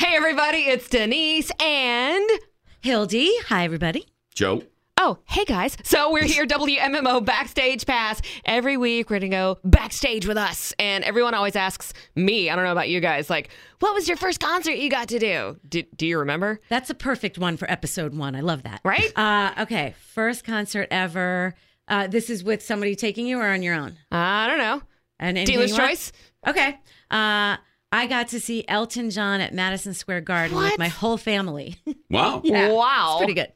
Hey, everybody, it's Denise and. Hildy, hi everybody. Joe. Oh, hey guys. So we're here, WMMO Backstage Pass. Every week, we're going to go backstage with us. And everyone always asks me, I don't know about you guys, like, what was your first concert you got to do? Do, do you remember? That's a perfect one for episode one. I love that. Right? Uh, okay, first concert ever. Uh, this is with somebody taking you or on your own? I don't know. And anything Dealer's you want? choice? Okay. Uh, I got to see Elton John at Madison Square Garden What? with my whole family. Wow. Wow. It's pretty good.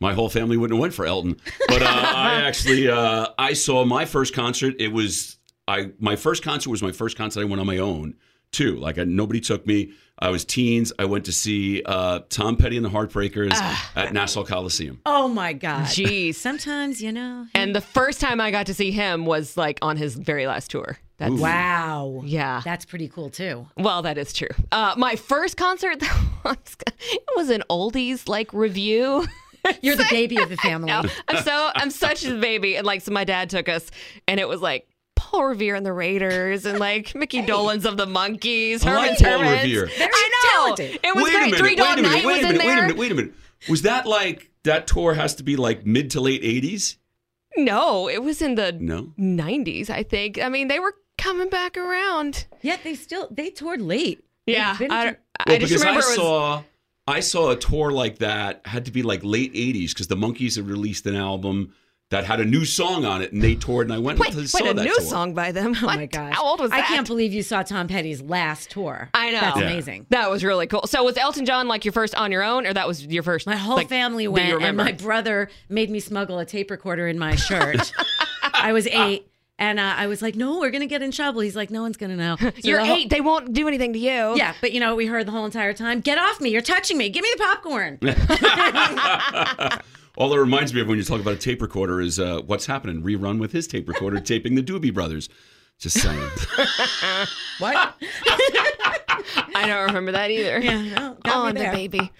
My whole family wouldn't have went for Elton, but uh, I actually uh, I saw my first concert. It was I my first concert was my first concert I went on my own too. Like I, nobody took me. I was teens. I went to see uh, Tom Petty and the Heartbreakers Ah. at Nassau Coliseum. Oh my God. Jeez. Sometimes, you know. And the first time I got to see him was like on his very last tour. That's, Wow. Yeah. That's pretty cool too. Well, that is true. Uh, my first concert, though, was- it was an oldies like review. You're the baby of the family. No, I'm so I'm such a baby. And like, so my dad took us, and it was like Paul Revere and the Raiders, and like Mickey Dolenz of the Monkeys. I Herman like Paul Terrence. Revere. Very I know. talented. It was wait great. a minute. Three Dog wait a minute. Night Wait was a minute. in Wait a there. minute. Wait a minute. Was that like that tour has to be like mid to late eighties? No, it was in the No. 90s, I think. I mean, they were coming back around. Yet they still they toured late. They've Yeah, been I, to- I Well, just because remember I it was. saw I saw a tour like that had to be like late '80s because the Monkees had released an album that had a new song on it, and they toured, and I went Wait, and wait, saw a that new tour. song by them. Oh my gosh. How old was that? I can't believe you saw Tom Petty's last tour. I know. That's Yeah. amazing. That was really cool. So was Elton John like your first on your own, or that was your first? My whole like, family that went, you and remember? my brother made me smuggle a tape recorder in my shirt. I was eight, and uh, I was like, "No, we're gonna get in trouble." He's like, "No one's gonna know." So You're the whole- eight. They won't do anything to you. Yeah, but you know, what we heard the whole entire time, "Get off me! You're touching me! Give me the popcorn!" All that reminds me of when you talk about a tape recorder is uh, what's happening. Rerun with his tape recorder taping the Doobie Brothers. Just saying. what? I don't remember that either. Yeah, no, got oh, me I'm the there. baby.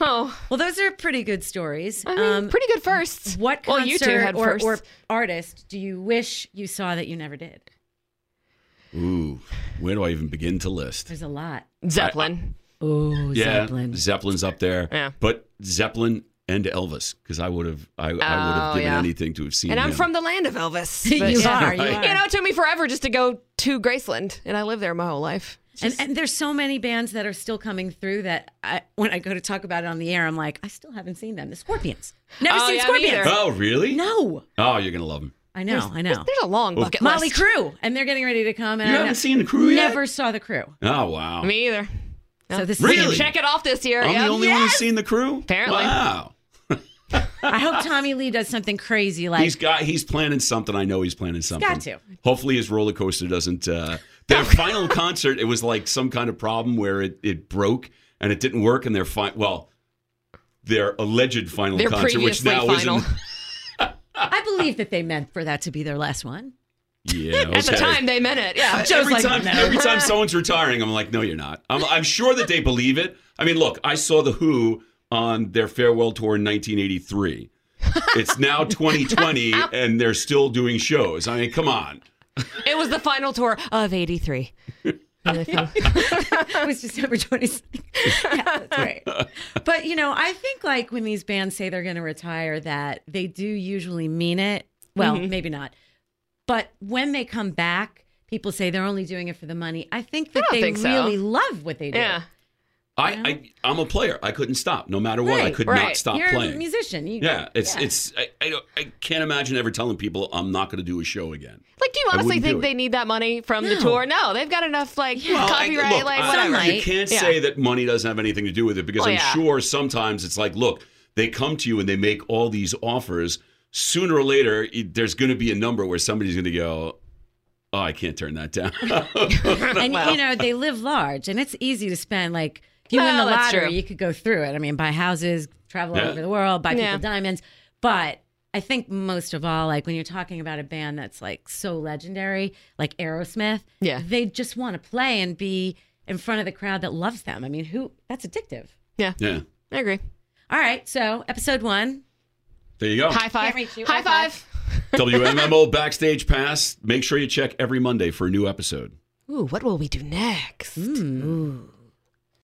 Oh, Well, those are pretty good stories. Um, I mean, pretty good firsts. What concert Well, you two had or, firsts. or artist do you wish you saw that you never did? Ooh, where do I even begin to list? There's a lot. Zeppelin. Oh, yeah, Zeppelin. Zeppelin's up there. Yeah. But Zeppelin and Elvis, because I would have, I, I would have Oh, given yeah. anything to have seen. and I'm him. from the land of Elvis. You but- are, you You are. know, it took me forever just to go to Graceland, and I lived there my whole life. And, and there's so many bands that are still coming through that I, when I go to talk about it on the air, I'm like, I still haven't seen them. The Scorpions. Never Oh, seen yeah, me Scorpions. either. Oh, really? No. Oh, you're gonna love him. I know, I know. There's a Oh. long bucket Molly list. Crew, and they're getting ready to come. And You I haven't know- seen the crew yet? Never saw the crew. Oh wow! Me either. So this Really? is huge. Check it off this year. I'm yeah. the only one who's seen the crew. Apparently. wow. I hope Tommy Lee does something crazy like He's got. He's planning something. I know he's planning something. got to. Hopefully, his roller coaster doesn't. Uh, their final concert, it was like some kind of problem where it, it broke and it didn't work, and their fi- well, their alleged final Their concert, which previously now final. isn't. I believe that they meant for that to be their last one. Yeah. Okay. At the time, they meant it. Yeah. every like, time, no. every time someone's retiring, I'm like, no, you're not. I'm, I'm sure that they believe it. I mean, look, I saw the Who on their farewell tour in 1983. It's now 2020, and they're still doing shows. I mean, come on. It was the final tour of 83. It was December 26th. yeah, that's right. But, you know, I think like when these bands say they're going to retire, that they do usually mean it. Well, Mm-hmm. maybe not. But when they come back, people say they're only doing it for the money. I think that don't they think so. really love what they do. Yeah. I, I I'm a player. I couldn't stop, no matter what. I Right, could right. not stop You're a playing. musician. You, Yeah, it's it's. I, I don't. I can't imagine ever telling people I'm not going to do a show again. Like, do you I honestly wouldn't do think it. they need that money from the No. tour? No, they've got enough like I- copyright, look, like I- whatever. Right. You can't Yeah. say that money doesn't have anything to do with it because Well, I'm yeah. sure sometimes it's like, look, they come to you and they make all these offers. Sooner or later, y- there's going to be a number where somebody's going to go, "Oh, I can't turn that down." And, you know, they live large and it's easy to spend like, If you win the Well, that's lottery, true. you could go through it. I mean, buy houses, travel all Yeah. over the world, buy Yeah. people diamonds. But I think most of all, like when you're talking about a band that's like so legendary, like Aerosmith, Yeah. they just want to play and be in front of the crowd that loves them. I mean, who? That's addictive. Yeah, Yeah. I agree. All right, so episode one. There you go. High five. Can't reach you. High High five. five. WMMO Backstage Pass. Make sure you check every Monday for a new episode. Ooh, what will we do next?